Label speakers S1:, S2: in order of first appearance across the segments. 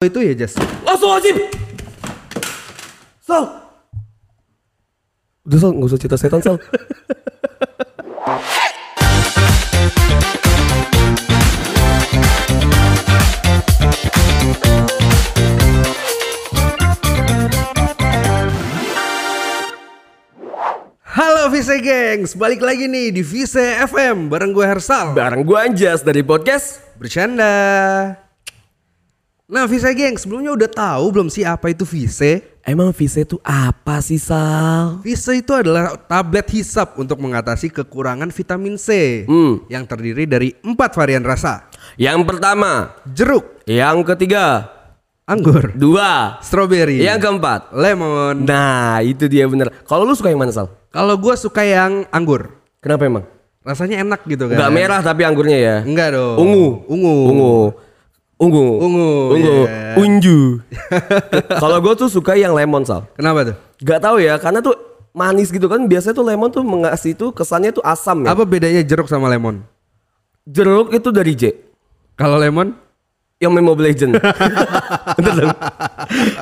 S1: itu ya Jas
S2: Astagfirullahaladzim Sal
S3: Udah Sal, gak usah cerita setan Sal
S1: Halo Vise Gengs balik lagi nih di Vise FM bareng gue Hersal
S3: Bareng gue Anjas dari podcast
S1: bercanda Nah Vise Gengs sebelumnya udah tahu belum sih apa itu Vise
S3: Emang visa itu apa sih Sal?
S1: Vise itu adalah tablet hisap untuk mengatasi kekurangan vitamin C
S3: Hmm.
S1: yang terdiri dari empat varian rasa
S3: Yang pertama
S1: jeruk
S3: Yang ketiga
S1: anggur
S3: Dua
S1: strawberry
S3: Yang keempat
S1: lemon
S3: Nah itu dia bener Kalau lu suka yang mana Sal?
S1: kalau gue suka yang anggur
S3: Kenapa emang?
S1: rasanya enak gitu kan
S3: Nggak merah tapi anggurnya ya?
S1: enggak dong
S3: Ungu
S1: ungu
S3: Ungu Ungu
S1: Ungu,
S3: Ungu
S1: iya.
S3: Unju Kalau gue tuh suka yang lemon Sal
S1: kenapa tuh
S3: Gak tahu ya karena tuh manis gitu kan Biasanya tuh lemon tuh mengasih tuh kesannya tuh asam ya
S1: apa bedanya jeruk sama lemon
S3: Jeruk itu dari J
S1: kalau lemon
S3: yang main Mobile Legend. Bener dong.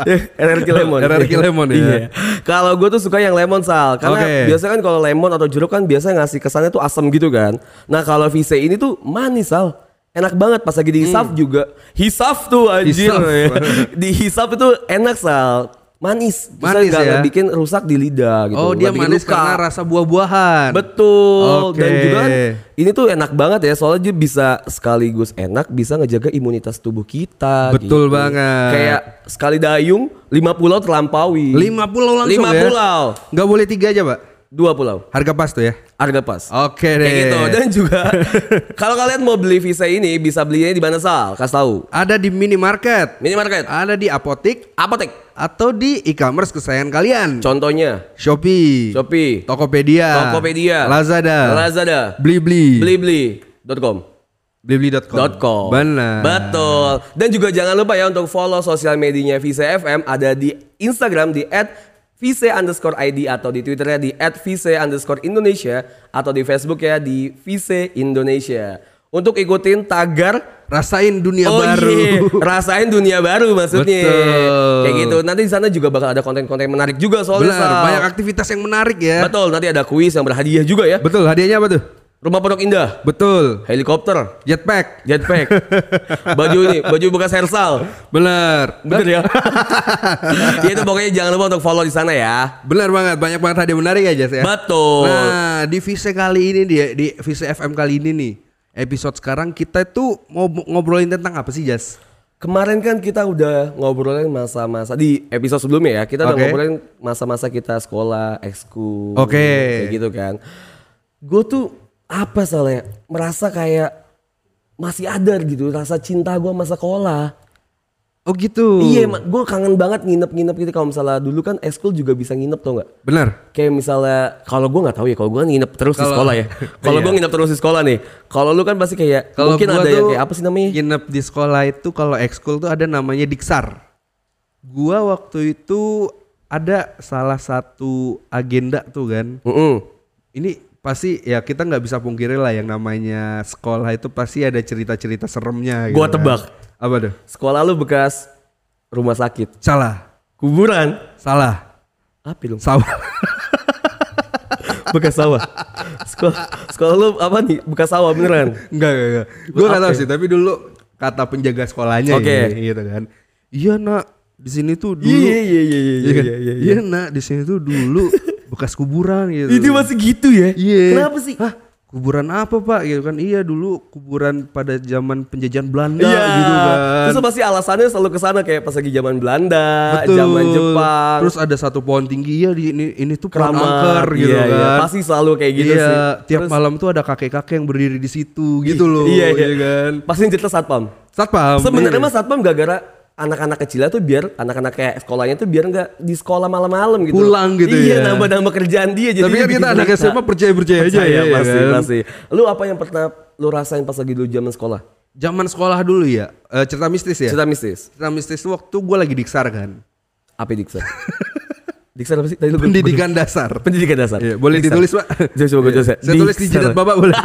S3: Ya, RRQ Lemon.
S1: RRQ Lemon, ya.
S3: Iya. Kalau gue tuh suka yang lemon sal, karena
S1: Oke.
S3: biasanya kan kalau lemon atau jeruk kan biasanya ngasih kesannya tuh asam gitu kan. Nah kalau Vise ini tuh manis sal, enak banget pas lagi dihisap juga. Hisap tuh anjir.
S1: Hmm. Hisap.
S3: ya. Dihisap itu enak sal, manis. Terus
S1: Manis,
S3: nggak-
S1: ya.
S3: nggak bikin rusak di lidah gitu.
S1: Oh
S3: nggak
S1: dia
S3: bikin
S1: manis
S3: luka.
S1: karena rasa buah-buahan.
S3: Betul
S1: Oke.
S3: dan juga kan ini tuh enak banget ya soalnya dia bisa sekaligus enak bisa ngejaga imunitas tubuh kita. gitu.
S1: Betul banget.
S3: Kayak sekali dayung lima pulau terlampaui.
S1: Lima pulau langsung
S3: Lima
S1: ya?
S3: pulau.
S1: Nggak boleh tiga aja pak.
S3: Dua pulau.
S1: Harga pas tuh ya.
S3: Harga pas.
S1: Oke deh.
S3: Kayak gitu dan juga kalau kalian mau beli visa ini bisa belinya di mana Sal? Kasih tahu.
S1: Ada di minimarket,
S3: Minimarket,
S1: ada di apotik
S3: apotek.
S1: atau di e-commerce kesayangan kalian.
S3: Contohnya
S1: Shopee,
S3: Shopee,
S1: Tokopedia,
S3: Tokopedia,
S1: Lazada,
S3: Lazada,
S1: Blibli,
S3: Blibli.com.
S1: Blibli.com.
S3: .com.
S1: Benar.
S3: Betul. Dan juga jangan lupa ya untuk follow sosial medianya Vise FM ada di Instagram di @vise underscore ID atau di Twitternya di @vise underscore Indonesia atau di Facebook ya di Vise Indonesia. Untuk ikutin tagar
S1: Rasain dunia baru.
S3: iya. rasain dunia baru maksudnya.
S1: Betul.
S3: Kayak gitu. Nanti di sana juga bakal ada konten-konten menarik juga soalnya.
S1: Benar.
S3: Sal.
S1: Banyak aktivitas yang menarik ya.
S3: Betul, nanti ada kuis yang berhadiah juga ya.
S1: Betul. Hadiahnya apa tuh?
S3: Rumah Pondok Indah,
S1: Betul.
S3: helikopter,
S1: Jetpack.
S3: Jetpack. baju ini, baju bekas Hersal.
S1: Benar.
S3: Bener ya? ya itu pokoknya jangan lupa untuk follow di sana ya.
S1: Benar banget, banyak banget hadiah menarik ya Jas ya.
S3: Betul.
S1: Nah, di Vise kali ini di di Vise FM kali ini nih, episode sekarang kita tuh mau ngobrolin tentang apa sih Jas?
S3: Kemarin kan kita udah ngobrolin masa-masa di episode sebelumnya ya. Kita udah
S1: Oke.
S3: ngobrolin masa-masa kita sekolah, ekskul,
S1: Oke.
S3: kayak gitu kan. Gue tuh apa soalnya merasa kayak masih ada gitu rasa cinta gue masa sekolah.
S1: Oh gitu.
S3: Iya, gue kangen banget nginep-nginep gitu. Kalau misalnya dulu kan ekskul juga bisa nginep tau nggak?
S1: Benar.
S3: Kayak misalnya kalau gue nggak tahu ya kalau gue nginep terus di
S1: Kalau- Iya.
S3: sekolah ya. Kalau gue nginep terus di sekolah nih. Kalau lu kan pasti kayak mungkin
S1: gua
S3: ada yang
S1: tuh iya.
S3: kayak apa sih namanya?
S1: Nginep di sekolah itu kalau ekskul tuh ada namanya diksar. Gua waktu itu ada salah satu agenda tuh kan.
S3: Mm-mm.
S1: Ini pasti ya kita nggak bisa pungkiri lah yang namanya sekolah itu pasti ada cerita-cerita seremnya.
S3: Gua
S1: gitu kan.
S3: tebak.
S1: Apa tuh?
S3: Sekolah lu bekas rumah sakit,
S1: Salah.
S3: kuburan,
S1: Salah.
S3: apa dong?
S1: Sawah.
S3: Bekas sawah. sekolah sekolah lu apa nih? Bekas sawah beneran.
S1: Enggak, enggak, enggak. Gue
S3: Apa
S1: gak tau
S3: ya?
S1: sih, tapi dulu kata penjaga sekolahnya
S3: Oke.
S1: gitu, gitu kan. Iya nak, di sini tuh dulu.
S3: Iya, iya, iya, iya,
S1: Iya kan?
S3: iya, iya,
S1: Iya nak, di sini tuh dulu bekas kuburan gitu.
S3: Itu masih gitu ya?
S1: Iya.
S3: Kenapa sih?
S1: Hah, kuburan apa pak? Gitu kan? Iya dulu kuburan pada zaman penjajahan Belanda
S3: Iya.
S1: gitu kan.
S3: Terus pasti alasannya selalu ke sana kayak pas lagi zaman Belanda,
S1: Betul.
S3: zaman Jepang.
S1: Terus ada satu pohon tinggi ya di ini ini tuh pohon
S3: Keramat,
S1: angker gitu
S3: iya, iya.
S1: kan.
S3: Pasti selalu kayak gitu
S1: iya,
S3: sih.
S1: tiap
S3: Terus-
S1: malam tuh ada kakek-kakek yang berdiri di situ gitu loh.
S3: iya, iya.
S1: kan.
S3: Pasti yang cerita satpam.
S1: Satpam.
S3: Sebenarnya
S1: iya.
S3: mah satpam gara-gara anak-anak kecilnya tuh biar anak-anak kayak sekolahnya tuh biar nggak di sekolah malam-malam gitu.
S1: Pulang gitu
S3: iya,
S1: ya.
S3: nambah-nambah kerjaan dia.
S1: Tapi kan
S3: dia
S1: kita
S3: bikin
S1: anak
S3: cerita.
S1: SMA percaya-percaya aja
S3: Percaya, iya,
S1: ya. ya
S3: pasti,
S1: kan?
S3: pasti. Lu apa yang pernah lu rasain pas lagi dulu zaman sekolah?
S1: Zaman sekolah dulu ya, eh, cerita mistis ya. Cerita,
S3: Cerita mistis.
S1: mistis tuh waktu gue lagi diksar kan.
S3: Apa Diksa? Diksa apa sih? Tadi lu
S1: Pendidikan dasar.
S3: pendidikan dasar.
S1: Iya, boleh
S3: Diksar.
S1: ditulis, Pak. Iya.
S3: Coba coba coba.
S1: Saya tulis di jidat Bapak boleh.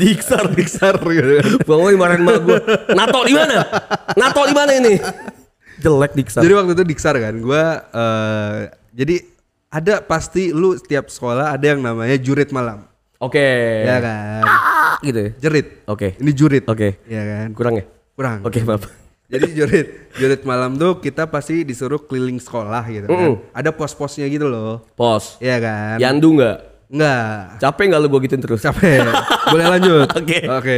S3: Diksar.
S1: diksar gitu.
S3: kan. Bang Oi marahin emak gue. Nato di mana? Nato di mana ini? Jelek Diksar.
S1: Jadi waktu itu Diksar kan, gue eh jadi ada pasti lu setiap sekolah ada yang namanya jurit malam,
S3: Oke.
S1: ya kan?
S3: Ah, gitu ya.
S1: Jerit.
S3: Iya. Oke.
S1: Ini jurit.
S3: Oke.
S1: Ya kan?
S3: Kurang ya?
S1: Kurang.
S3: Oke, maaf.
S1: Jadi jurit, jurit malam tuh kita pasti disuruh keliling sekolah gitu kan. Ada pos-posnya gitu loh.
S3: Pos.
S1: Iya kan?
S3: Yandu nggak?
S1: Enggak.
S3: Capek nggak lu gua gituin terus?
S1: Capek. Boleh lanjut.
S3: Oke.
S1: Oke.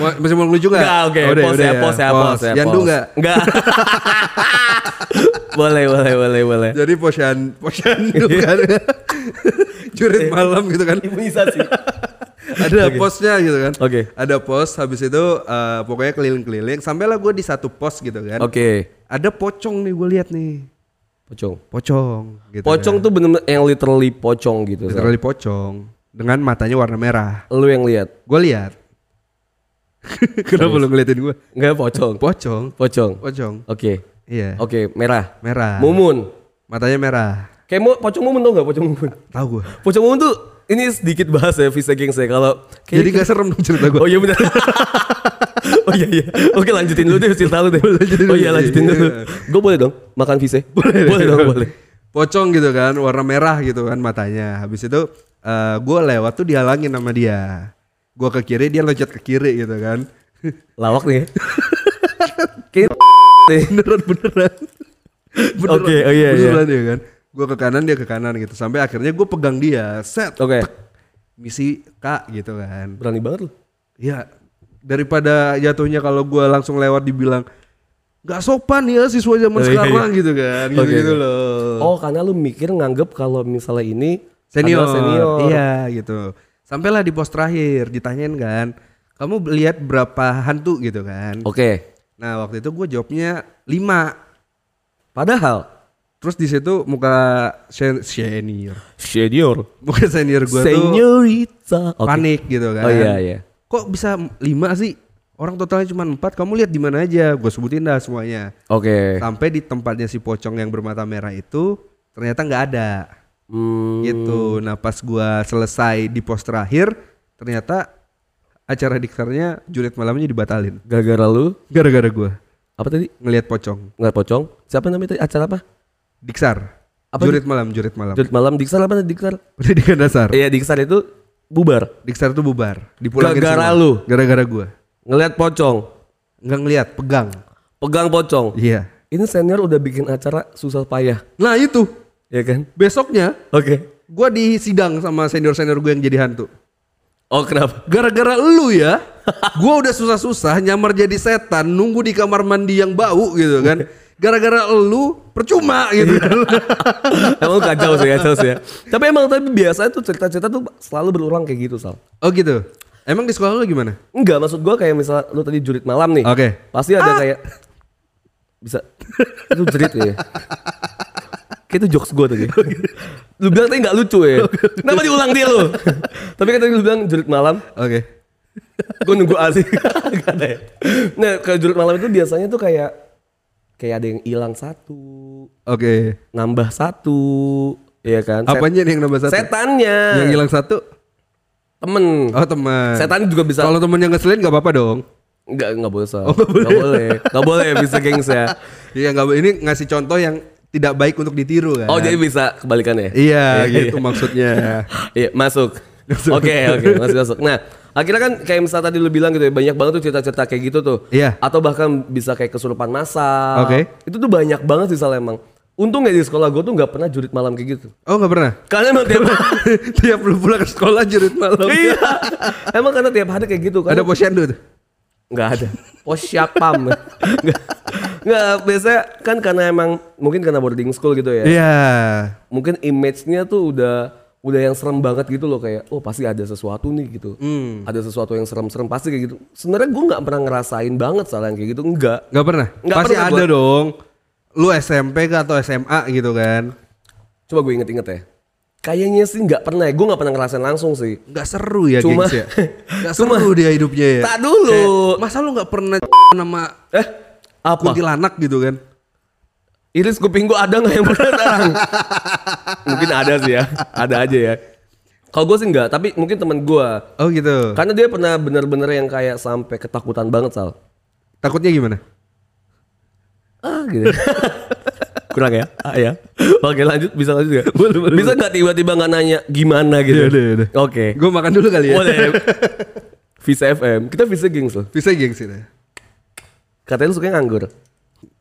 S1: Mau Masih mau lucu enggak?
S3: Enggak, oke.
S1: Udah,
S3: pos,
S1: udah
S3: ya, pos ya, pos ya,
S1: Yandu
S3: pos.
S1: enggak?
S3: Enggak. boleh, boleh, boleh, boleh.
S1: Jadi posyan, posyandu
S3: Iya.
S1: kan. jurit malam gitu kan.
S3: Imunisasi.
S1: Ada posnya gitu kan.
S3: Oke.
S1: Ada pos habis itu eh, pokoknya keliling-keliling sampailah gue di satu pos gitu kan.
S3: Oke.
S1: Ada pocong nih gue lihat nih.
S3: Pocong.
S1: Pocong gitu.
S3: Pocong tuh bener-bener yang literally pocong gitu.
S1: kan. literally pocong dengan matanya warna merah.
S3: Lu yang lihat.
S1: Gue lihat. Kenapa lu ngeliatin gue?
S3: Enggak pocong.
S1: Pocong.
S3: Pocong.
S1: Pocong.
S3: Oke.
S1: Iya.
S3: Oke, merah.
S1: Merah.
S3: Mumun.
S1: Matanya merah.
S3: Kayak mo- pocong mumun tau gak pocong mumun?
S1: Tahu gue.
S3: Pocong mumun tuh ini sedikit bahas ya Visa Geng saya kalau kayak-
S1: Jadi gak serem dong cerita gue.
S3: Oh iya benar. oh iya iya. Oke lanjutin dulu deh cerita lu deh.
S1: Lanjutin dulu.
S3: Oh iya lanjutin dulu. Gue boleh dong makan Visa? Boleh. Boleh dong boleh.
S1: Pocong gitu kan, warna merah gitu kan matanya. Habis itu eh gue lewat tuh dihalangin sama dia. Gue ke kiri, dia loncat ke kiri gitu kan.
S3: Lawak nih. ya. Kayak nih.
S1: beneran beneran. Beneran,
S3: Oke, oh iya, iya.
S1: beneran ya kan. Gue ke kanan, dia ke kanan gitu. Sampai akhirnya gue pegang dia, set.
S3: Oke.
S1: tek. Misi kak gitu kan.
S3: Berani banget lu.
S1: Ya daripada jatuhnya kalau gua langsung lewat dibilang nggak sopan ya siswa zaman
S3: Oh, iya,
S1: sekarang gitu kan gitu gitu loh
S3: Oh karena lu mikir nganggep kalau misalnya ini
S1: senior,
S3: adalah senior.
S1: iya gitu sampailah di pos terakhir ditanyain kan kamu lihat berapa hantu gitu kan
S3: Oke.
S1: nah waktu itu gue jawabnya lima
S3: Padahal
S1: terus di situ muka sen- senior
S3: senior.
S1: muka senior gue tuh
S3: Seniorita. Oke.
S1: panik gitu kan
S3: Oh iya iya.
S1: kok bisa lima sih orang totalnya cuma empat kamu lihat di mana aja gue sebutin dah semuanya
S3: Oke.
S1: sampai di tempatnya si pocong yang bermata merah itu ternyata nggak ada
S3: Hmm,
S1: gitu nah pas gua selesai di pos terakhir ternyata acara diksarnya jurit malamnya dibatalin
S3: gara-gara lu
S1: gara-gara gua
S3: apa tadi?
S1: ngelihat pocong
S3: Nggak pocong. Siapa namanya tadi? Acara apa?
S1: diksar
S3: Apa
S1: jurit malam jurit malam
S3: Jurit malam Diksar apa tadi Diksar?
S1: pendidikan dasar
S3: Iya Diksar itu bubar.
S1: diksar tuh bubar dipulangin
S3: Gara-gara
S1: semua.
S3: lu?
S1: gara-gara gua
S3: Ngeliat pocong.
S1: nggak ngelihat pegang
S3: Pegang pocong.
S1: iya
S3: Ini senior udah bikin acara susah payah.
S1: nah itu
S3: Ya kan?
S1: besoknya
S3: Oke.
S1: gua disidang sama senior-senior gue yang jadi hantu
S3: Oh kenapa?
S1: Gara-gara lu ya, gua udah susah-susah nyamar jadi setan, nunggu di kamar mandi yang bau gitu kan. Gara-gara lu percuma gitu kan.
S3: emang kacau sih kacau sih ya. Tapi emang tapi biasanya tuh cerita-cerita tuh selalu berulang kayak gitu Sal.
S1: Oh gitu. Emang di sekolah lu gimana?
S3: Enggak maksud gua kayak misalnya lu tadi jurit malam nih.
S1: Oke.
S3: Pasti ada kayak bisa itu jurit ya. Kayak itu jokes gua tadi. lu bilang tadi nggak lucu ya. Kenapa diulang dia lu? Tapi kan tadi lu bilang jurit malam.
S1: Oke.
S3: gue nunggu asik Gak ada ya. nah kalau jurit malam itu biasanya tuh kayak kayak ada yang hilang satu
S1: Oke.
S3: nambah satu ya kan Set-
S1: Apanya nih yang nambah satu?
S3: setannya
S1: Yang hilang satu?
S3: temen
S1: Oh teman.
S3: setan juga bisa
S1: Kalau Oh, temennya ngeselin gak apa-apa dong.
S3: nggak nggak boleh Sal. nggak boleh nggak boleh bisa gengs ya
S1: Iya nggak ini ngasih contoh yang tidak baik untuk ditiru kan.
S3: oh jadi bisa kebalikannya
S1: Iya gitu maksudnya.
S3: Iya, masuk. Oke, oke, masuk masuk. Nah, akhirnya kan kayak misalnya tadi lu bilang gitu ya, banyak banget tuh cerita-cerita kayak gitu tuh.
S1: Iya.
S3: Atau bahkan bisa kayak kesurupan massa.
S1: Oke.
S3: Itu tuh banyak banget sih salah emang. Untung ya di sekolah gue tuh nggak pernah jurit malam kayak gitu.
S1: Oh nggak pernah.
S3: Karena emang tiap
S1: Tiap lu pulang ke sekolah jurit malam.
S3: Iya. Emang karena tiap hari kayak gitu kan.
S1: Ada posyandu tuh.
S3: Nggak ada. Posyapam. Nggak. Nggak, biasanya kan karena emang mungkin karena boarding school gitu ya.
S1: Iya.
S3: Mungkin image-nya tuh udah udah yang serem banget gitu loh kayak oh pasti ada sesuatu nih gitu. Ada sesuatu yang serem-serem pasti kayak gitu. Sebenarnya gue nggak pernah ngerasain banget salah yang kayak gitu. Enggak.
S1: Gak pernah?
S3: Nggak
S1: Pasti
S3: pernah
S1: ada dong. Lu SMP kah atau SMA gitu kan?
S3: Coba gue inget-inget ya. Kayaknya sih nggak pernah ya. Gue nggak pernah ngerasain langsung sih.
S1: Gak seru ya
S3: Cuma-
S1: gengs ya? Gak seru dia hidupnya ya?
S3: Tak dulu.
S1: Masa lu gak pernah nama
S3: Eh, apa?
S1: kuntilanak gitu kan?
S3: Iris kuping gua ada nggak yang beneran? mungkin ada sih ya, ada aja ya. Kalau gue sih nggak, tapi mungkin teman gua
S1: Oh gitu.
S3: Karena dia pernah bener-bener yang kayak sampai ketakutan banget Sal.
S1: Takutnya gimana?
S3: ah gitu kurang ya ah ya oke lanjut bisa lanjut gak bisa nggak tiba-tiba nggak nanya gimana
S1: Iya,
S3: gitu
S1: iya, iya.
S3: oke
S1: Gue makan dulu kali ya.
S3: Boleh. Visa FM kita Visa gengs loh
S1: Bisa gengs ini.
S3: katanya lu suka nganggur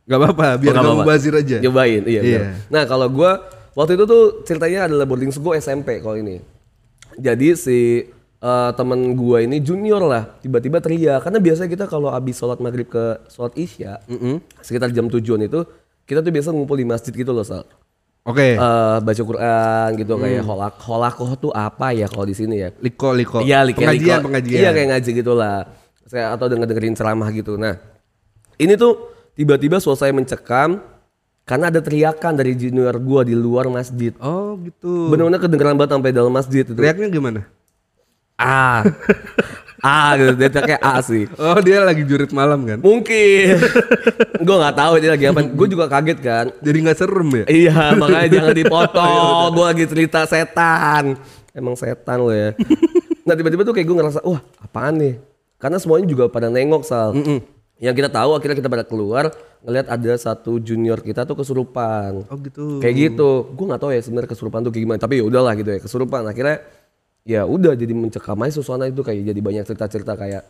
S1: Gak apa-apa, biar
S3: Oh, nggak
S1: kamu
S3: apa-apa.
S1: bazir aja.
S3: Cobain, iya.
S1: Iya.
S3: bener. Nah kalau gue waktu itu tuh ceritanya adalah boarding school gue SMP kalau ini. Jadi si eh, temen gue ini junior lah, tiba-tiba teriak. Karena biasanya kita kalau abis sholat maghrib ke sholat isya, sekitar jam tujuan itu kita tuh biasa ngumpul di masjid gitu loh Sal.
S1: Oke,
S3: Eh, baca Quran gitu
S1: Hmm.
S3: kayak holak holakoh tuh apa ya kalau di sini ya?
S1: liko liko.
S3: Iya, li-
S1: Oh,
S3: kayak
S1: pengajian
S3: liko-
S1: pengajian.
S3: Iya, kayak ngaji gitulah. Saya atau denger dengerin ceramah gitu. Nah, ini tuh tiba-tiba selesai mencekam karena ada teriakan dari junior gua di luar masjid.
S1: Oh gitu.
S3: Bener-bener kedengeran banget sampai dalam masjid itu.
S1: Teriaknya gimana?
S3: Ah. ah gitu, dia kayak ah sih.
S1: Oh dia lagi jurit malam kan?
S3: Mungkin. gua nggak tahu dia lagi apa. Gua juga kaget kan.
S1: Jadi nggak serem ya?
S3: Iya, makanya jangan dipotong. gue lagi cerita setan. Emang setan lo ya. Nah tiba-tiba tuh kayak gue ngerasa, wah apaan nih? Karena semuanya juga pada nengok Sal. Yang kita tahu akhirnya kita pada keluar ngelihat ada satu junior kita tuh kesurupan.
S1: Oh gitu.
S3: Kayak gitu. Gue nggak tahu ya sebenarnya kesurupan tuh kayak gimana. Tapi ya udahlah gitu ya kesurupan. Akhirnya ya udah jadi mencekam aja suasana itu kayak jadi banyak cerita-cerita kayak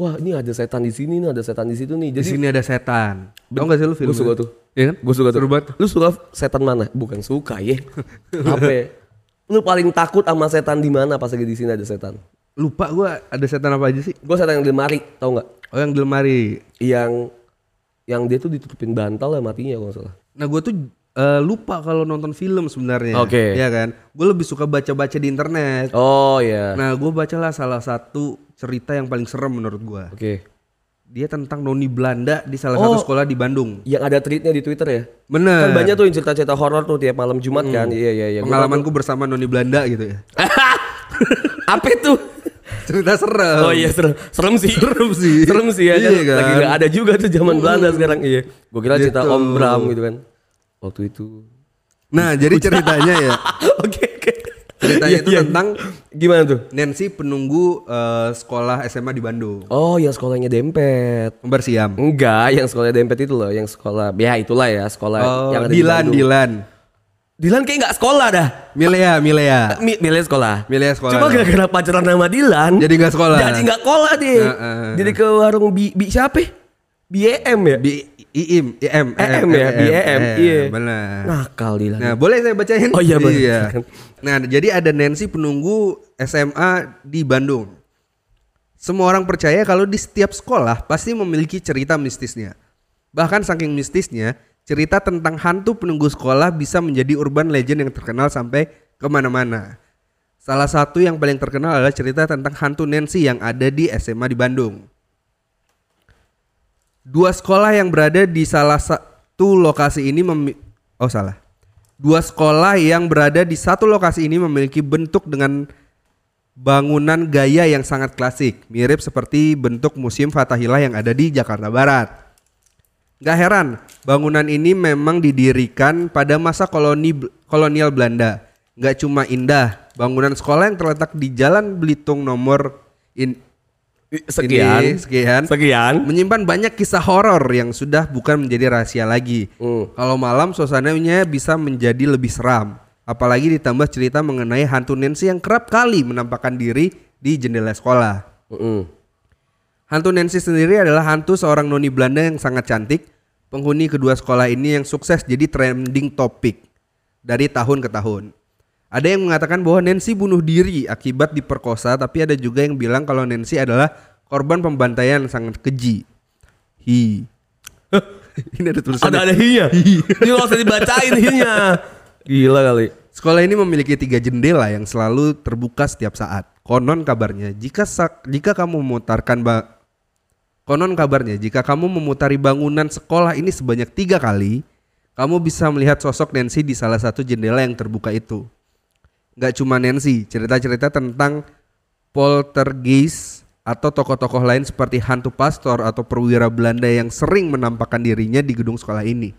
S3: wah ini ada setan di sini nih ada setan di situ nih.
S1: Di
S3: Jadi
S1: sini ada setan. Tau gak sih lu filmnya?
S3: suka tuh.
S1: Iya kan?
S3: Gue suka tuh.
S1: Seru banget.
S3: Lu suka setan mana? Bukan suka ya. Apa ya? Lu paling takut sama setan di mana pas lagi di sini ada setan?
S1: Lupa gua ada setan apa aja sih?
S3: Gue setan yang di lemari, tau nggak?
S1: Oh yang di lemari.
S3: Yang yang dia tuh ditutupin bantal ya matinya kalau nggak salah.
S1: Nah gue tuh eh, lupa kalau nonton film sebenarnya.
S3: Oke.
S1: Iya kan? Gue lebih suka baca-baca di internet.
S3: Oh ya.
S1: Nah gue bacalah salah satu cerita yang paling serem menurut gua
S3: Oke.
S1: Dia tentang noni Belanda di salah
S3: Oh.
S1: satu sekolah di Bandung.
S3: Yang ada tweetnya di Twitter ya? Kan
S1: Bener.
S3: banyak tuh yang cerita-cerita horor tuh tiap malam Jumat kan.
S1: Hmm.
S3: Iya iya iya. Gua-
S1: Pengalamanku bersama noni Belanda gitu ya.
S3: Apa itu?
S1: Cerita serem.
S3: Oh iya serem, serem sih.
S1: Serem sih.
S3: serem sih ya.
S1: Iya
S3: kan? Lagi
S1: kan? Hmm.
S3: nggak ada juga tuh zaman Belanda sekarang. Iya. Gue kira cerita
S1: Gitu.
S3: Om Bram gitu kan. Waktu itu
S1: Nah jadi ceritanya ya.
S3: Oke oke.
S1: Ceritanya
S3: Iya,
S1: itu
S3: iya.
S1: tentang
S3: gimana tuh?
S1: Nancy penunggu eh, sekolah SMA di Bandung.
S3: Oh, yang sekolahnya dempet.
S1: Kembar Siam.
S3: Enggak, yang sekolah dempet itu loh, yang sekolah. Ya itulah ya, sekolah
S1: Oh,
S3: yang ada
S1: Dilan,
S3: di Bandung.
S1: Dilan.
S3: Dilan kayak nggak sekolah dah.
S1: Milea, Milea.
S3: Mi- Milih sekolah.
S1: Milea sekolah.
S3: Cuma
S1: dong.
S3: gara-gara pacaran sama Dilan.
S1: Jadi nggak sekolah.
S3: Jadi nggak sekolah deh.
S1: Heeh, heeh.
S3: Jadi ke warung bi, bi siapa? BM ya?
S1: B IIM, IM,
S3: EM ya, BM. Iya.
S1: Benar.
S3: Nakal Dilan.
S1: Nah, boleh saya bacain?
S3: Oh, iya, boleh. Silakan.
S1: Nah, jadi ada Nancy penunggu SMA di Bandung. Semua orang percaya kalau di setiap sekolah pasti memiliki cerita mistisnya. Bahkan saking mistisnya, cerita tentang hantu penunggu sekolah bisa menjadi urban legend yang terkenal sampai kemana-mana. Salah satu yang paling terkenal adalah cerita tentang hantu Nancy yang ada di SMA di Bandung. Dua sekolah yang berada di salah satu lokasi ini memi- oh salah. Dua sekolah yang berada di satu lokasi ini memiliki bentuk dengan bangunan gaya yang sangat klasik, mirip seperti bentuk museum Fatahillah yang ada di Jakarta Barat. Gak heran, bangunan ini memang didirikan pada masa koloni kolonial Belanda. Gak cuma indah, bangunan sekolah yang terletak di Jalan Belitung nomor in,
S3: sekian.
S1: ini, sekian
S3: Sekian.
S1: menyimpan banyak kisah horor yang sudah bukan menjadi rahasia lagi.
S3: Hmm.
S1: Kalau malam suasananya bisa menjadi lebih seram, apalagi ditambah cerita mengenai hantu Nancy yang kerap kali menampakkan diri di jendela sekolah.
S3: Mm-mm.
S1: Hantu Nancy sendiri adalah hantu seorang noni Belanda yang sangat cantik, penghuni kedua sekolah ini yang sukses jadi trending topik dari tahun ke tahun. Ada yang mengatakan bahwa Nancy bunuh diri akibat diperkosa, tapi ada juga yang bilang kalau Nancy adalah korban pembantaian yang sangat keji. Hi. ini ada tulisannya.
S3: Ada ada hinya. Ini nggak usah dibacain hinya. Gila kali.
S1: Sekolah ini memiliki tiga jendela yang selalu terbuka setiap saat. Konon kabarnya, jika sak- jika kamu memutarkan ba- konon kabarnya jika kamu memutari bangunan sekolah ini sebanyak tiga kali, kamu bisa melihat sosok Nancy di salah satu jendela yang terbuka itu. Gak cuma Nancy, cerita-cerita tentang poltergeist atau tokoh-tokoh lain seperti hantu pastor atau perwira Belanda yang sering menampakkan dirinya di gedung sekolah ini.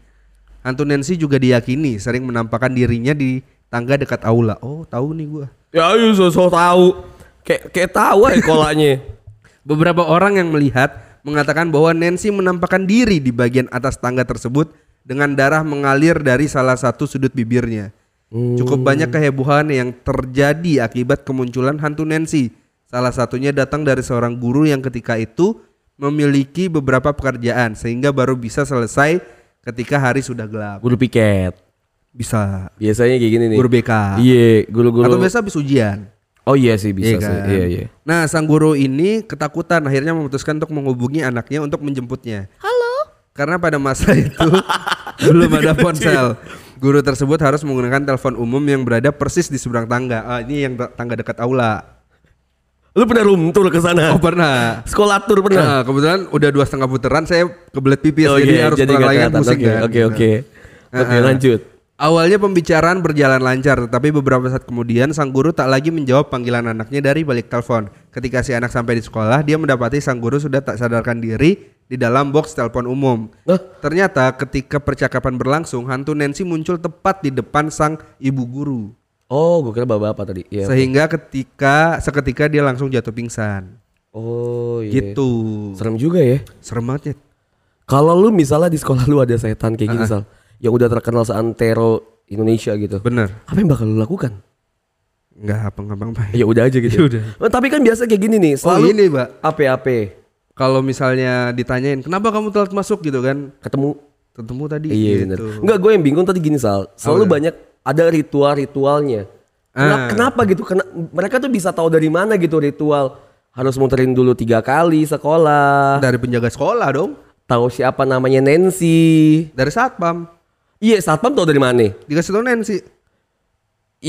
S1: Hantu Nancy juga diyakini sering menampakkan dirinya di tangga dekat aula. Oh, tahu nih gua.
S3: Ya ayo so, so tahu. Kayak kayak tahu aja kolanya.
S1: Beberapa orang yang melihat mengatakan bahwa Nancy menampakkan diri di bagian atas tangga tersebut dengan darah mengalir dari salah satu sudut bibirnya. Cukup banyak kehebohan yang terjadi akibat kemunculan hantu Nancy. Salah satunya datang dari seorang guru yang ketika itu memiliki beberapa pekerjaan sehingga baru bisa selesai ketika hari sudah gelap.
S3: Guru piket.
S1: Bisa
S3: Biasanya kayak gini nih.
S1: guru BK
S3: Iya, guru-guru.
S1: atau biasa habis ujian.
S3: Oh iya sih bisa
S1: Iya
S3: sih.
S1: kan?
S3: Iya, iya.
S1: Nah, sang guru ini ketakutan akhirnya memutuskan untuk menghubungi anaknya untuk menjemputnya. Halo. Karena pada masa itu belum ada ponsel. Guru tersebut harus menggunakan telepon umum yang berada persis di seberang tangga. Ah, ini yang ta- tangga dekat aula.
S3: Lu pernah room tour ke
S1: Oh,
S3: sana?
S1: pernah.
S3: Sekolah tour pernah?
S1: Nah, kebetulan udah dua setengah putaran saya kebelet pipis
S3: Oh,
S1: jadi
S3: iya,
S1: harus putar
S3: nggak
S1: lagi kan
S3: kelihatan.
S1: pusing
S3: Oke,
S1: kan.
S3: Oke, oke.
S1: Nah.
S3: Oke,
S1: Ah, ah.
S3: lanjut.
S1: Awalnya pembicaraan berjalan lancar, tetapi beberapa saat kemudian sang guru tak lagi menjawab panggilan anaknya dari balik telepon. Ketika si anak sampai di sekolah, dia mendapati sang guru sudah tak sadarkan diri di dalam box telepon umum.
S3: Hah?
S1: Ternyata ketika percakapan berlangsung, hantu Nancy muncul tepat di depan sang ibu guru.
S3: Oh, gue kira bapak apa tadi? Iya.
S1: Sehingga ketika seketika dia langsung jatuh pingsan.
S3: Oh, iya.
S1: Gitu.
S3: Serem juga ya.
S1: Serem banget ya.
S3: Kalau lu misalnya di sekolah lu ada setan kayak gini, Sal, yang udah terkenal seantero Indonesia gitu.
S1: Bener.
S3: Apa yang bakal lu lakukan?
S1: Nggak apa-apa.
S3: Ya udah aja gitu.
S1: Ya udah.
S3: Eh, Tapi kan biasa kayak gini nih,
S1: Oh
S3: selalu
S1: ini, Mbak.
S3: AP-AP
S1: Kalau misalnya ditanyain, kenapa kamu telat masuk gitu kan?
S3: ketemu.
S1: Ketemu tadi.
S3: Iya
S1: gitu.
S3: bener. Enggak, gue yang bingung tadi gini, Sal. Selalu banyak ada ritual-ritualnya. Kenapa, kenapa gitu? Kena, mereka tuh bisa tahu dari mana gitu ritual. Harus muterin dulu tiga kali sekolah.
S1: dari penjaga sekolah dong
S3: Tahu siapa namanya Nancy.
S1: dari satpam
S3: Iya, satpam tahu dari mana?
S1: dikasih tau Nancy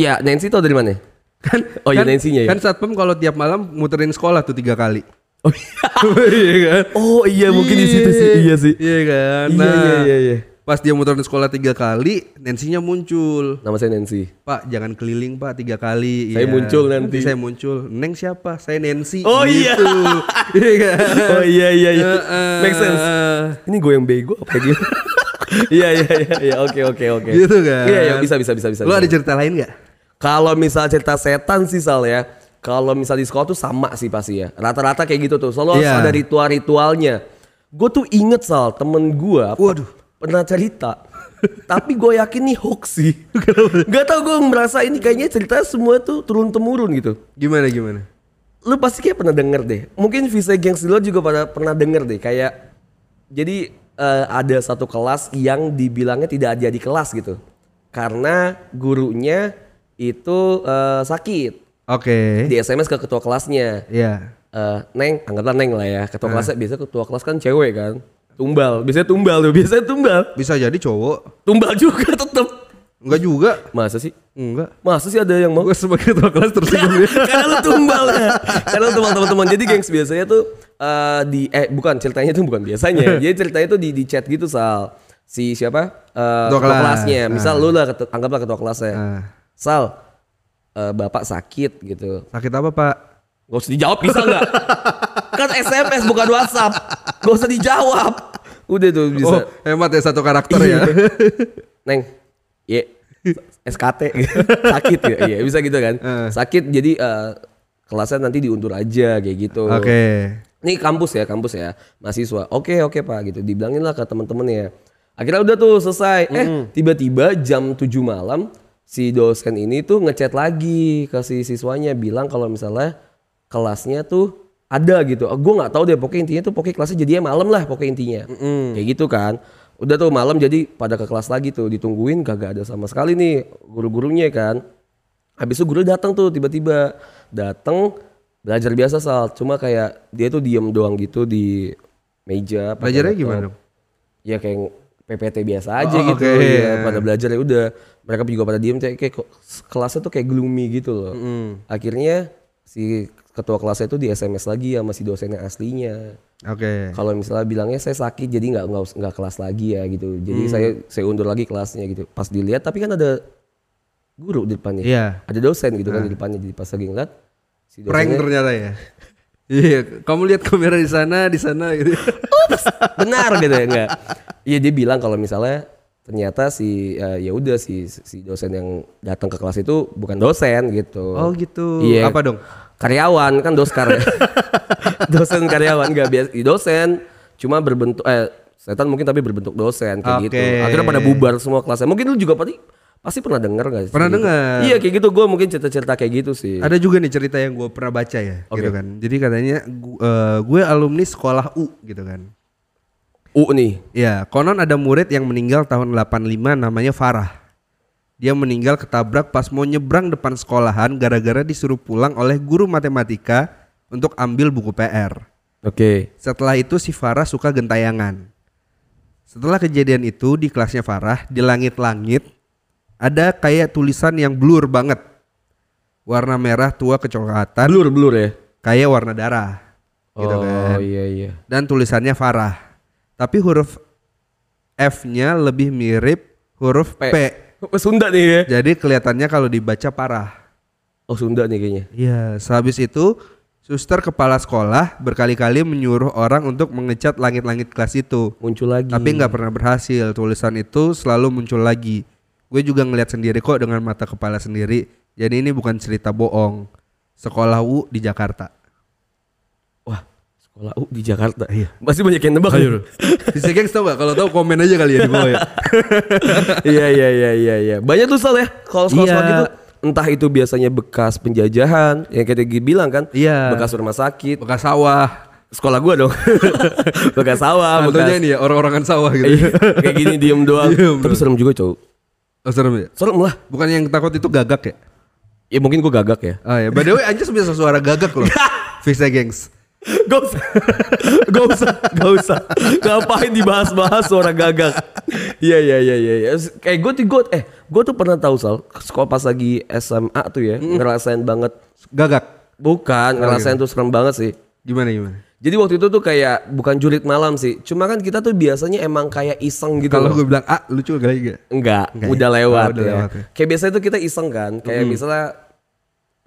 S3: Iya, Nancy tahu dari mana?
S1: kan
S3: Oh iya,
S1: kan-
S3: Nancy-nya ya?
S1: kan satpam kalau tiap malam muterin sekolah tuh tiga kali
S3: Oh iya kan? Oh iya mungkin di situ sih. Iya sih.
S1: iya kan
S3: Iya,
S1: nah,
S3: iya, iya, iya.
S1: pas dia muterin sekolah tiga kali Nancy-nya muncul
S3: Nama saya Nancy.
S1: Pak jangan keliling Pak tiga kali
S3: Saya
S1: Iya.
S3: muncul nanti.
S1: saya muncul Neng siapa saya Nancy
S3: Oh, iya.
S1: Gitu. iya kan?
S3: Oh iya iya iya.
S1: Heeh.
S3: Make sense. Ini gue yang bego apa dia? Iya iya iya iya oke oke oke.
S1: gitu kan
S3: Iya iya bisa bisa bisa bisa.
S1: lu
S3: bisa.
S1: ada cerita lain nggak
S3: Kalau misal cerita setan sih Sal ya. Kalau misal di sekolah tuh sama sih pasti ya. Rata-rata kayak gitu tuh. Selalu harus
S1: Iya.
S3: ada ritual-ritualnya. Gue tuh inget Sal, temen gue
S1: Waduh.
S3: pernah cerita. Tapi gue yakin nih hoax sih. Gak tau gue merasa ini kayaknya cerita semua tuh turun-temurun gitu.
S1: gimana gimana
S3: Lu pasti kayak pernah denger deh. Mungkin Visa Gangs di luar juga pada pernah denger deh. Kayak jadi eh, ada satu kelas yang dibilangnya tidak jadi kelas gitu. Karena gurunya itu eh, sakit
S1: oke
S3: di SMS ke ketua kelasnya.
S1: Iya
S3: Eh, neng, anggaplah Neng lah ya. Ketua kelasnya biasanya ketua kelas kan cewek kan. Tumbal, biasanya tumbal tuh, biasanya tumbal.
S1: bisa jadi cowok
S3: Tumbal juga tetep.
S1: enggak juga
S3: Masa sih?
S1: enggak
S3: Masa sih ada yang mau?
S1: gue sebagai ketua kelas tersinggung
S3: Karena lu tumbal ya. Karena lu tumbal teman-teman. Jadi gengs biasanya tuh eh, di eh bukan ceritanya tuh bukan biasanya. Jadi ceritanya tuh di di chat gitu Sal. Si siapa? Eh,
S1: Ketua kelas.
S3: kelasnya. Misal lu lah ketu- anggaplah ketua kelasnya.
S1: Ah.
S3: Sal, eh, bapak sakit gitu.
S1: Sakit apa pak?
S3: Gak usah dijawab bisa nggak? kan SMS bukan WhatsApp. Gak usah dijawab. Udah tuh bisa.
S1: Oh hemat ya satu karakter ya.
S3: Neng, ya SKT sakit ya, iya bisa gitu kan.
S1: Eh.
S3: Sakit jadi eh, kelasnya nanti diundur aja kayak gitu.
S1: Oke.
S3: Ini kampus ya, kampus ya, mahasiswa. Oke oke pak gitu, dibilangin lah ke teman-teman ya. Akhirnya udah tuh selesai. Eh tiba-tiba jam 7 malam si dosen ini tuh ngechat lagi ke si siswanya bilang kalau misalnya kelasnya tuh ada gitu. gue nggak tahu deh pokoknya intinya tuh pokoknya kelasnya jadinya malam lah pokoknya intinya. Kayak gitu kan. Udah tuh malam jadi pada ke kelas lagi tuh ditungguin kagak ada sama sekali nih guru-gurunya kan. Habis itu guru datang tuh tiba-tiba datang belajar biasa sal cuma kayak dia tuh diem doang gitu di meja pakai
S1: Belajarnya
S3: laptop.
S1: gimana?
S3: ya kayak PPT biasa aja
S1: Oh,
S3: gitu
S1: oke,
S3: ya.
S1: iya.
S3: pada belajar ya udah mereka juga pada diem kayak, kayak kok kelasnya tuh kayak gloomy gitu loh akhirnya si ketua kelasnya tuh di SMS lagi sama si dosennya aslinya
S1: Oke.
S3: kalau misalnya bilangnya saya sakit jadi nggak nggak us- nggak kelas lagi ya gitu jadi saya saya undur lagi kelasnya gitu pas dilihat tapi kan ada guru di depannya
S1: Iya.
S3: ada dosen gitu kan di depannya jadi pas lagi ngeliat si
S1: Prank
S3: dosennya
S1: ternyata ya. Iya, kamu lihat kamera di sana, di sana gitu.
S3: benar gitu ya enggak iya dia bilang kalau misalnya ternyata si eh, ya udah si si dosen yang datang ke kelas itu bukan dosen gitu
S1: Oh gitu.
S3: Iya.
S1: Apa dong?
S3: karyawan kan doskar ya. dosen karyawan nggak biasa Iya, dosen cuma berbentuk eh setan mungkin tapi berbentuk dosen kayak gitu.
S1: Oke.
S3: Akhirnya pada bubar semua kelasnya. Mungkin lu juga pasti pasti pernah denger gak sih?
S1: Pernah
S3: gitu?
S1: dengar.
S3: Iya kayak gitu gue mungkin cerita-cerita kayak gitu sih.
S1: Ada juga nih cerita yang gue pernah baca ya,
S3: Oke.
S1: gitu kan. Jadi katanya gu- eh, gue alumni sekolah U, gitu kan.
S3: U nih.
S1: Ya, konon ada murid yang meninggal tahun 85 namanya Farah. Dia meninggal ketabrak pas mau nyebrang depan sekolahan gara-gara disuruh pulang oleh guru matematika untuk ambil buku PR.
S3: Oke.
S1: Setelah itu si Farah suka gentayangan. Setelah kejadian itu di kelasnya Farah di langit-langit ada kayak tulisan yang blur banget. Warna merah tua kecoklatan
S3: Blur blur ya.
S1: kayak warna darah. Gitu
S3: oh
S1: kan
S3: iya iya.
S1: dan tulisannya Farah. Tapi huruf F-nya lebih mirip huruf P.
S3: P. Sunda nih ya.
S1: Jadi kelihatannya kalau dibaca parah.
S3: Oh Sunda nih kayaknya.
S1: Iya, sehabis itu suster kepala sekolah berkali-kali menyuruh orang untuk mengecat langit-langit kelas itu.
S3: Muncul lagi.
S1: Tapi nggak pernah berhasil. Tulisan itu selalu muncul lagi. Gue juga ngeliat sendiri kok dengan mata kepala sendiri. Jadi ini bukan cerita bohong. Sekolah U di Jakarta.
S3: Wah sekolah U di Jakarta. Iya. Masih banyak yang nebak. ya?
S1: Bisa gengs tau gak? Kalau tau komen aja kali ya di bawah ya.
S3: Iya iya iya iya iya. Banyak tuh Sal ya kalau-kalau
S1: Iya.
S3: gitu. Entah itu biasanya bekas penjajahan yang kayak tadi bilang kan.
S1: Iya.
S3: Bekas rumah sakit.
S1: Bekas sawah.
S3: Sekolah gua dong. bekas
S1: Contohnya
S3: sawah, Ah, bekas
S1: ini ya orang-orangan sawah gitu.
S3: Iya, kayak gini diem doang.
S1: Diem
S3: Tapi serem juga, Cok.
S1: Oh, serem ya.
S3: Serem lah.
S1: Bukan yang takut itu gagak ya?
S3: Ya mungkin gua gagak ya.
S1: Ah ya. By the way, Anjas bisa suara gagak loh. Fisa gengs.
S3: Gak usah, gak usah, gak usah. Ngapain dibahas-bahas suara gagak? Iya iya iya iya. iya. Kayak gue tuh gue eh gue tuh pernah tahu sal sekolah pas lagi SMA tuh ya
S1: Mm.
S3: ngerasain banget.
S1: Gagak. Oh,
S3: Bukan ngerasain
S1: iya.
S3: tuh serem banget sih.
S1: Gimana gimana?
S3: Jadi waktu itu tuh kayak bukan jurit malam sih. Cuma kan kita tuh biasanya emang kayak iseng gitu.
S1: Kalau
S3: loh.
S1: gue bilang ah lucu gak lagi gak?
S3: Enggak,
S1: Enggak
S3: udah
S1: ya?
S3: lewat
S1: Oh, udah
S3: ya.
S1: lewat ya.
S3: Kayak biasanya tuh kita iseng kan, kayak misalnya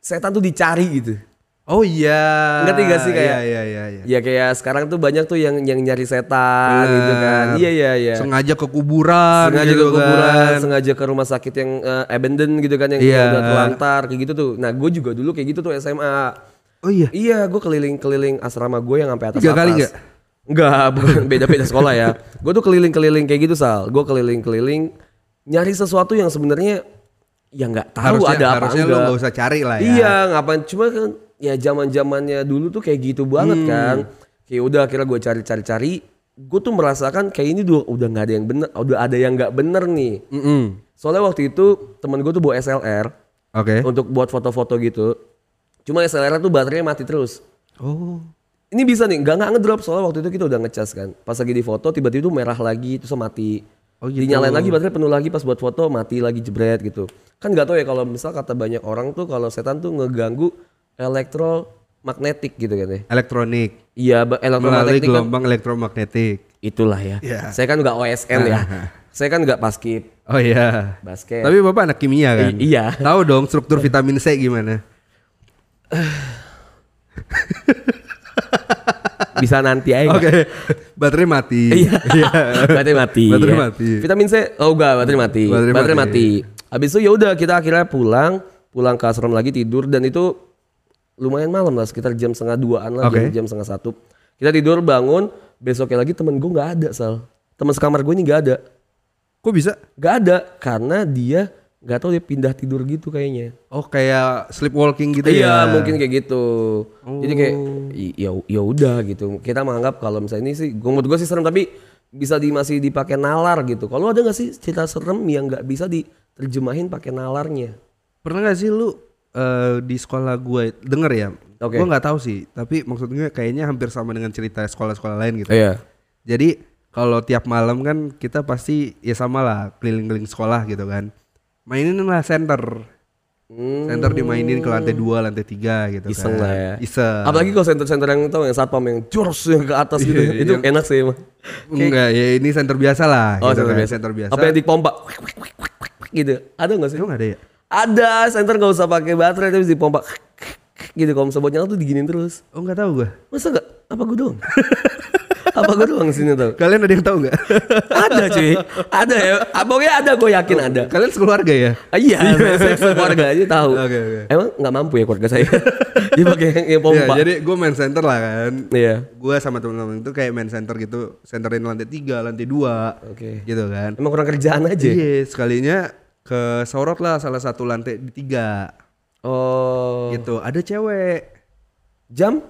S3: setan tuh dicari gitu.
S1: Oh iya.
S3: Ngerti gak sih kayak-
S1: Iya iya iya.
S3: Ya kayak sekarang tuh banyak tuh yang yang nyari setan gitu kan.
S1: Ah,
S3: Iya iya iya.
S1: Sengaja ke kuburan.
S3: Sengaja
S1: gitu
S3: ke kuburan,
S1: kan.
S3: sengaja ke rumah sakit yang eh, abandoned gitu kan yang
S1: Iya.
S3: udah terlantar kayak gitu tuh. Nah, gue juga dulu kayak gitu tuh SMA.
S1: Oh iya.
S3: Iya, gue keliling-keliling asrama gue yang sampai atas.
S1: Tiga kali nggak?
S3: Enggak, bukan beda-beda sekolah ya. Gue tuh keliling-keliling kayak gitu sal. Gue keliling-keliling nyari sesuatu yang sebenarnya ya nggak tahu
S1: harusnya
S3: ada apa
S1: harusnya lu
S3: enggak.
S1: gak usah cari lah ya.
S3: Iya, ngapain? Cuma kan ya zaman zamannya dulu tuh kayak gitu banget kan. Kayak udah akhirnya gue cari-cari-cari, gue tuh merasakan kayak ini dua udah nggak ada yang bener, udah ada yang nggak bener nih.
S1: Mm-mm.
S3: Soalnya waktu itu temen gue tuh bawa SLR
S1: Oke.
S3: untuk buat foto-foto gitu. Cuma SLR tuh baterainya mati terus.
S1: Oh.
S3: Ini bisa nih, nggak nggak ngedrop soalnya waktu itu kita udah ngecas kan. Pas lagi di foto tiba-tiba tuh merah lagi terus mati.
S1: Oh, gitu.
S3: Dinyalain lagi baterai penuh lagi pas buat foto mati lagi jebret gitu. Kan nggak tahu ya kalau misal kata banyak orang tuh kalau setan tuh ngeganggu elektromagnetik gitu kan ya.
S1: Elektronik.
S3: Iya, ba-
S1: Melalui
S3: elektromagnetik kan
S1: gelombang elektromagnetik.
S3: itulah ya.
S1: Iya.
S3: Saya kan nggak OSN ya. Saya kan nggak paskib
S1: Oh iya.
S3: basket.
S1: Tapi bapak anak kimia kan?
S3: I- iya.
S1: Tahu dong struktur vitamin C gimana?
S3: bisa nanti aja.
S1: Oke. Baterai Nah. mati.
S3: Iya. baterai mati.
S1: Baterai
S3: ya.
S1: mati.
S3: Vitamin C, oh enggak, baterai mati.
S1: Baterai
S3: Baterai,
S1: mati.
S3: mati. Habis itu ya udah kita akhirnya pulang, pulang ke asrama lagi tidur dan itu lumayan malam lah sekitar jam setengah duaan lah,
S1: Oke.
S3: jam, jam setengah satu. Kita tidur bangun, besoknya lagi temen gue nggak ada sal, teman sekamar gue ini nggak ada,
S1: Kok bisa?
S3: nggak ada karena dia nggak tahu dia pindah tidur gitu kayaknya.
S1: Oh kayak sleepwalking gitu ya?
S3: Iya, mungkin kayak gitu. Jadi kayak i- ya ya udah gitu. Kita menganggap kalau misalnya ini sih gua- menurut gue sih serem tapi bisa di masih dipakai nalar gitu. Kalau ada nggak sih cerita serem yang nggak bisa diterjemahin pakai nalarnya?
S1: Pernah gak sih lu eh, di sekolah gue denger ya?
S3: Oke.
S1: Gue nggak tahu sih. Tapi maksudnya kayaknya hampir sama dengan cerita sekolah-sekolah lain gitu.
S3: Iya.
S1: Jadi kalau tiap malam kan kita pasti ya sama lah keliling-keliling sekolah gitu kan. Mainin lah center.
S3: Hmm.
S1: Center dimainin ke lantai dua, lantai tiga gitu
S3: Iseng
S1: kan.
S3: lah ya.
S1: Iseng.
S3: Apalagi kalau center-center yang tau yang satpam yang jurus yang ke atas gitu. itu enak sih emang.
S1: Enggak, ya ini center biasa lah.
S3: Oh,
S1: gitu
S3: center
S1: kan.
S3: Iya, biasa.
S1: Center biasa.
S3: Apa yang dipompa? Wik, wik, wik, wik, wik, wik, gitu. Ada nggak sih?
S1: Emang ada ya?
S3: Ada, center nggak usah pakai baterai tapi dipompa gitu kalau misalnya buat nyala tuh diginin terus.
S1: Oh nggak tahu gue.
S3: Masa gak? Apa gue doang? Apa gue doang di sini tuh?
S1: Kalian ada yang tahu nggak?
S3: Ada cuy, ada ya. Ah, Pokoknya ada gue yakin ada.
S1: Kalian sekeluarga ya?
S3: Ah, Iya, saya keluarga aja tahu.
S1: Oke, oke.
S3: Emang nggak mampu ya keluarga saya. Dia pakai yang, yang
S1: Ya,
S3: pompa. Iya.
S1: jadi gue main center lah kan.
S3: Iya.
S1: Gue sama temen-temen itu kayak main center gitu, centerin lantai 3, lantai 2.
S3: Oke.
S1: Gitu kan.
S3: Emang kurang kerjaan aja. ya?
S1: Iya, sekalinya ke sorot lah salah satu lantai di tiga
S3: Oh,
S1: gitu. Ada cewek.
S3: jam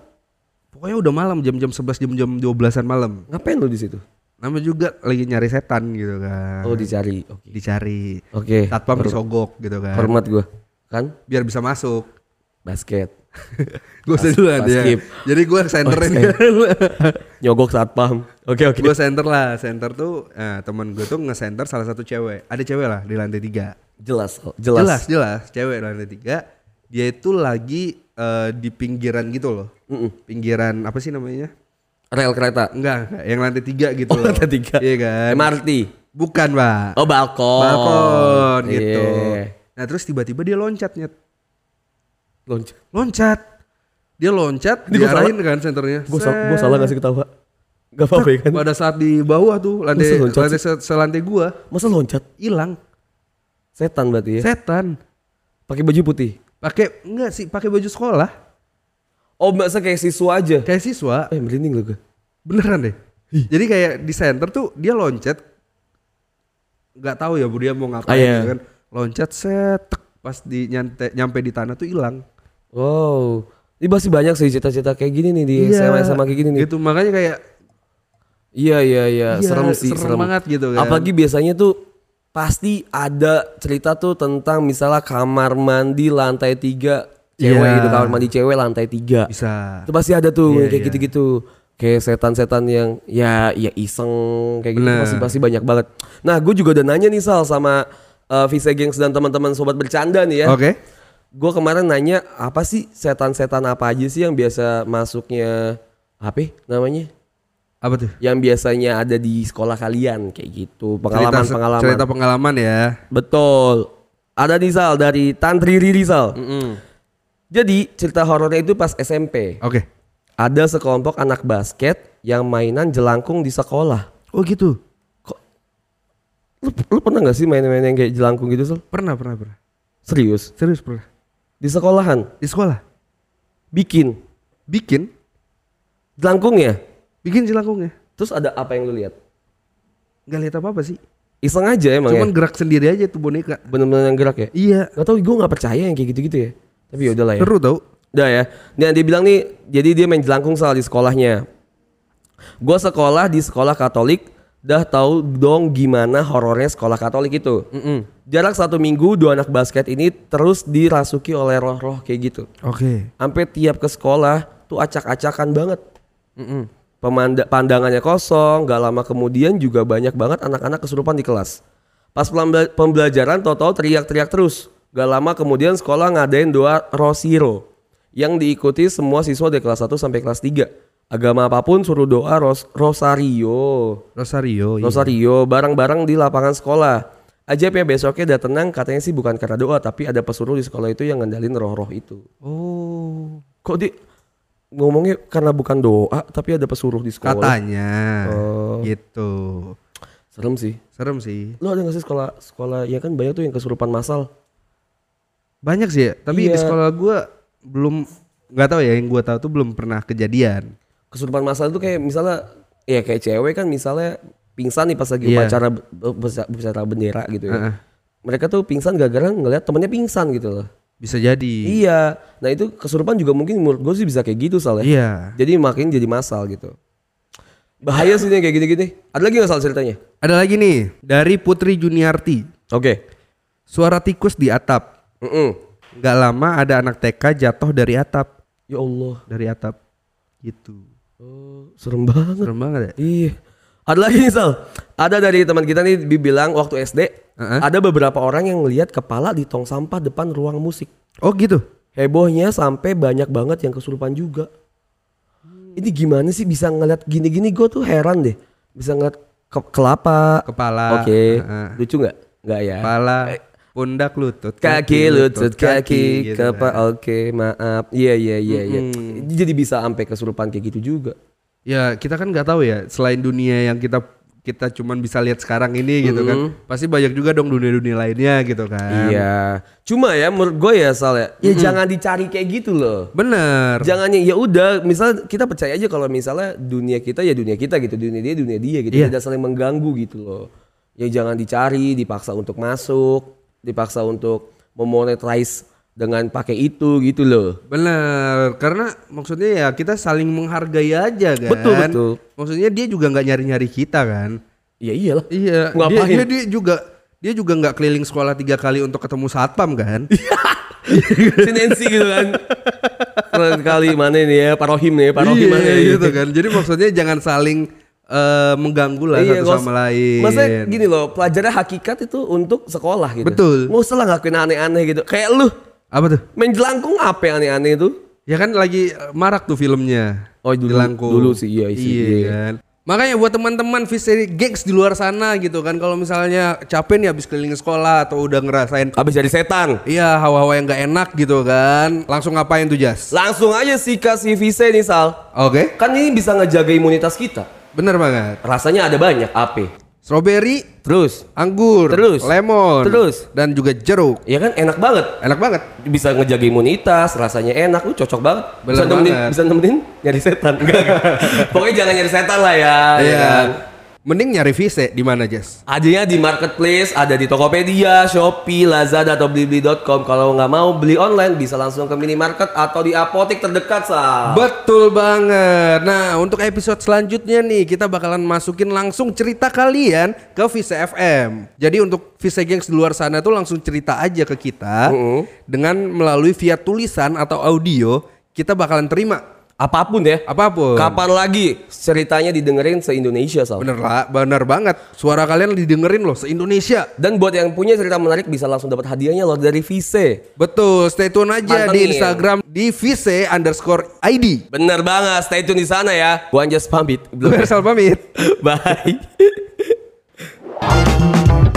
S1: Pokoknya udah malam jam-jam 11 jam-jam 12-an malam.
S3: ngapain lu di situ?
S1: Nama juga lagi nyari setan gitu kan.
S3: Oh, dicari. Oke.
S1: Dicari.
S3: Oke.
S1: Satpam disogok gitu kan.
S3: Hormat gue. Kan
S1: Biar bisa masuk.
S3: basket.
S1: Gue usah duluan
S3: pas
S1: ya.
S3: skip. Oh,
S1: Jadi gue centerin
S3: skip.
S1: kan.
S3: Nyogok satpam. Oke, oke.
S1: gue center lah. Center tuh eh, temen gue tuh nge-center salah satu cewek. Ada cewek lah di lantai tiga.
S3: Jelas, kok,
S1: Jelas.
S3: jelas.
S1: Jelas, Cewek di lantai tiga. Dia itu lagi eh, di pinggiran gitu loh. Pinggiran apa sih namanya?
S3: Rel kereta.
S1: Enggak, enggak. yang lantai tiga gitu
S3: Oh,
S1: loh.
S3: lantai tiga.
S1: Iya kan?
S3: MRT.
S1: Bukan pak.
S3: Oh, balkon.
S1: Balkon gitu.
S3: Iya.
S1: Nah terus tiba-tiba dia loncat nyet.
S3: Loncat.
S1: Loncat. Dia loncat,
S3: Ini gua
S1: diarahin kan senternya.
S3: Gue salah,
S1: Set.
S3: gua salah ngasih ketawa. Gak apa-apa ya kan?
S1: Pada saat di bawah tuh lantai
S3: Masa loncat
S1: lantai se- selantai gua
S3: Masa loncat?
S1: hilang
S3: Setan berarti ya?
S1: setan.
S3: Pakai baju putih.
S1: Pakai enggak sih pakai baju sekolah
S3: Oh, masa kayak siswa aja.
S1: kayak siswa
S3: Eh, merinding lu gue.
S1: beneran deh. Jadi kayak di center tuh dia loncat nggak tahu ya bu dia mau ngapain
S3: Ah, iya.
S1: gitu kan loncat setek pas di nyante, nyampe di tanah tuh hilang.
S3: Wow. Ini pasti banyak sih cerita-cerita kayak gini nih di SMA Iya, sama kayak gini nih.
S1: Iya. Gitu makanya kayak
S3: Iya, iya, iya.
S1: Iya,
S3: serem sih,
S1: serem
S3: serem.
S1: banget gitu kan.
S3: Apalagi biasanya tuh pasti ada cerita tuh tentang misalnya kamar mandi lantai tiga cewek
S1: Iya.
S3: gitu kamar mandi cewek lantai tiga
S1: bisa
S3: itu pasti ada tuh
S1: Iya,
S3: kayak
S1: iya.
S3: gitu-gitu kayak setan-setan yang ya ya iseng kayak gitu
S1: Bener.
S3: pasti pasti banyak banget nah gue juga udah nanya nih sal sama uh, Visa Gengs dan teman-teman sobat bercanda nih ya
S1: Oke.
S3: gue kemarin nanya apa sih setan-setan apa aja sih yang biasa masuknya apa ya namanya
S1: Apa tuh?
S3: yang biasanya ada di sekolah kalian kayak gitu
S1: Cerita-
S3: pengalaman-pengalaman
S1: Cerita pengalaman ya.
S3: betul ada nih Sal dari Tantri Riri Sal
S1: Hmm.
S3: jadi cerita horornya itu pas SMP
S1: Oke.
S3: ada sekelompok anak basket yang mainan jelangkung di sekolah
S1: Oh gitu.
S3: lu, lu pernah nggak sih main-main yang kayak jelangkung gitu Sal?
S1: Pernah pernah pernah.
S3: serius
S1: Serius pernah.
S3: di sekolahan
S1: Di sekolah
S3: bikin
S1: bikin
S3: jelangkung ya
S1: bikin jelangkungnya.
S3: terus ada apa yang lu lihat
S1: Gak lihat apa apa sih.
S3: iseng aja emang
S1: Cuman
S3: ya
S1: gerak sendiri aja tuh boneka.
S3: bener-bener yang gerak ya
S1: Iya.
S3: Gak tau gue gak percaya yang kayak gitu-gitu ya Tapi yaudah lah ya
S1: Seru tau.
S3: Udah ya Dan dia bilang nih Jadi dia main jelangkung salah di sekolahnya Gue sekolah di sekolah katolik Dah tahu dong gimana horornya sekolah katolik itu Jarak satu minggu dua anak basket ini terus dirasuki oleh roh-roh kayak gitu
S1: Oke.
S3: Sampai tiap ke sekolah tuh acak-acakan banget Pemanda- pandangannya kosong, gak lama kemudian juga banyak banget anak-anak kesurupan di kelas. Pas pelamba- pembelajaran Toto teriak-teriak terus. Gak lama kemudian sekolah ngadain doa Rosiro yang diikuti semua siswa dari kelas 1 sampai kelas 3. Agama apapun suruh doa Ros- Rosario.
S1: Rosario. iya.
S3: Rosario bareng-bareng di lapangan sekolah. Ajaib ya besoknya udah tenang katanya sih bukan karena doa tapi ada pesuruh di sekolah itu yang ngendalin roh-roh itu.
S1: Oh.
S3: Kok di ngomongnya karena bukan doa tapi ada pesuruh di sekolah.
S1: Katanya.
S3: Oh.
S1: Gitu.
S3: Serem sih.
S1: Serem sih.
S3: Lu ada gak sih sekolah sekolah ya kan banyak tuh yang kesurupan masal.
S1: Banyak sih ya. Tapi di
S3: Iya.
S1: sekolah gua belum nggak tahu ya yang gua tahu tuh belum pernah kejadian.
S3: Kesurupan masal itu kayak misalnya ya kayak cewek kan misalnya pingsan nih pas lagi
S1: Iya.
S3: upacara be- be- upacara bendera gitu ya. Mereka tuh pingsan gara-gara ngeliat temennya pingsan gitu loh.
S1: Bisa jadi.
S3: Iya. Nah itu kesurupan juga mungkin menurut gue sih bisa kayak gitu soalnya.
S1: Iya.
S3: Jadi makin jadi masal gitu. Bahaya sih nih kayak gini-gini. Ada lagi gak soal ceritanya?
S1: Ada lagi nih dari Putri Juniarti.
S3: Oke.
S1: Suara tikus di atap.
S3: Mm-mm.
S1: Nggak lama ada anak TK jatuh dari atap,
S3: Ya Allah.
S1: dari atap. Gitu.
S3: Oh, serem banget.
S1: Serem banget ya?
S3: Iya. Ada lagi nih Sal. Ada dari teman kita nih bilang waktu SD ada beberapa orang yang ngelihat kepala di tong sampah depan ruang musik.
S1: Oh gitu.
S3: Hebohnya sampai banyak banget yang kesurupan juga. Ini gimana sih bisa ngelihat gini-gini? Gue tuh heran deh. Bisa ngeliat ke- kelapa.
S1: Kepala.
S3: Oke.
S1: Heeh.
S3: Lucu nggak? Nggak ya.
S1: Kepala, pundak, lutut,
S3: Kaki, lutut, kaki,
S1: gitu kan.
S3: Hmm. kepala. Oke, maaf. Iya, iya, iya, iya. Jadi bisa sampai kesurupan kayak gitu juga.
S1: Ya kita kan nggak tahu ya selain dunia yang kita kita cuman bisa lihat sekarang ini gitu kan pasti banyak juga dong dunia-dunia lainnya gitu kan
S3: Iya. Cuma ya menurut gue ya Sal ya, ya jangan dicari kayak gitu loh.
S1: bener
S3: Jangan yang- ya udah, misal kita percaya aja kalau misalnya dunia kita ya dunia kita gitu, dunia dia dunia dia gitu,
S1: Iya.
S3: tidak saling mengganggu gitu loh. Ya jangan dicari, dipaksa untuk masuk, dipaksa untuk memonetize dengan pakai itu gitu loh.
S1: bener karena maksudnya ya kita saling menghargai aja kan
S3: Betul, betul.
S1: maksudnya dia juga nggak nyari-nyari kita kan
S3: Ya iyalah.
S1: Iya. Dia,
S3: Ngapain?
S1: dia, dia juga dia juga nggak keliling sekolah tiga kali untuk ketemu satpam kan?
S3: Si Nancy gitu kan. Keren Kali mana ini ya, parohim nih, parohim mana ya?
S1: iya,
S3: ini.
S1: gitu kan. Jadi maksudnya jangan saling eh, mengganggu lah
S3: Iya,
S1: satu
S3: nggak
S1: sama
S3: us-
S1: lain.
S3: Maksudnya gini loh, pelajaran hakikat itu untuk sekolah gitu.
S1: Betul.
S3: Nggak usah lah ngakuin aneh-aneh gitu. Kayak lu
S1: Apa tuh?
S3: main jelangkung apa yang aneh-aneh itu?
S1: Ya kan lagi eh, marak tuh filmnya.
S3: Oh, dulu-
S1: Jelangkung.
S3: dulu sih, iya sih,
S1: Iya
S3: iya.
S1: kan. Makanya buat teman-teman Fishery Geeks di luar sana gitu kan kalau misalnya capek nih habis keliling sekolah atau udah ngerasain
S3: Abis jadi setan.
S1: iya hawa-hawa yang nggak enak gitu kan, langsung ngapain tuh Jas?
S3: Langsung aja sikat si Vise nih Sal.
S1: Oke,
S3: Kan ini bisa ngejaga imunitas kita.
S1: bener banget.
S3: Rasanya ada banyak AP.
S1: Strawberry
S3: Terus,
S1: anggur,
S3: Terus.
S1: lemon,
S3: Terus.
S1: dan juga jeruk.
S3: ya kan enak banget.
S1: Enak banget.
S3: Bisa ngejaga imunitas, rasanya enak, lu cocok banget.
S1: Bener
S3: bisa nemenin,
S1: banget.
S3: bisa nemenin nyari setan. Enggak, enggak. Pokoknya jangan nyari setan lah ya. ya
S1: Iya.
S3: kan?
S1: Mending nyari vise di mana, Jess?
S3: Adanya di marketplace, ada di Tokopedia, Shopee, Lazada, atau Blibli.com. Kalau nggak mau beli online, bisa langsung ke minimarket atau di apotek terdekat, Sal.
S1: Betul banget. Nah, untuk episode selanjutnya nih, kita bakalan masukin langsung cerita kalian ke Vise FM. Jadi untuk Vise Gengs di luar sana tuh langsung cerita aja ke kita dengan melalui via tulisan atau audio, kita bakalan terima
S3: Apapun ya.
S1: apapun.
S3: Kapan lagi ceritanya didengerin se-Indonesia, Sal?
S1: Bener lah, bener banget. Suara kalian didengerin loh se-Indonesia.
S3: Dan buat yang punya cerita menarik bisa langsung dapat hadiahnya loh dari Vise.
S1: Betul, stay tune aja di
S3: Mantengin.
S1: Instagram di vise underscore ID.
S3: Bener banget, stay tune di sana ya. Gua Anjas pamit.
S1: Gue
S3: Belum.
S1: Hersal pamit.
S3: Bye.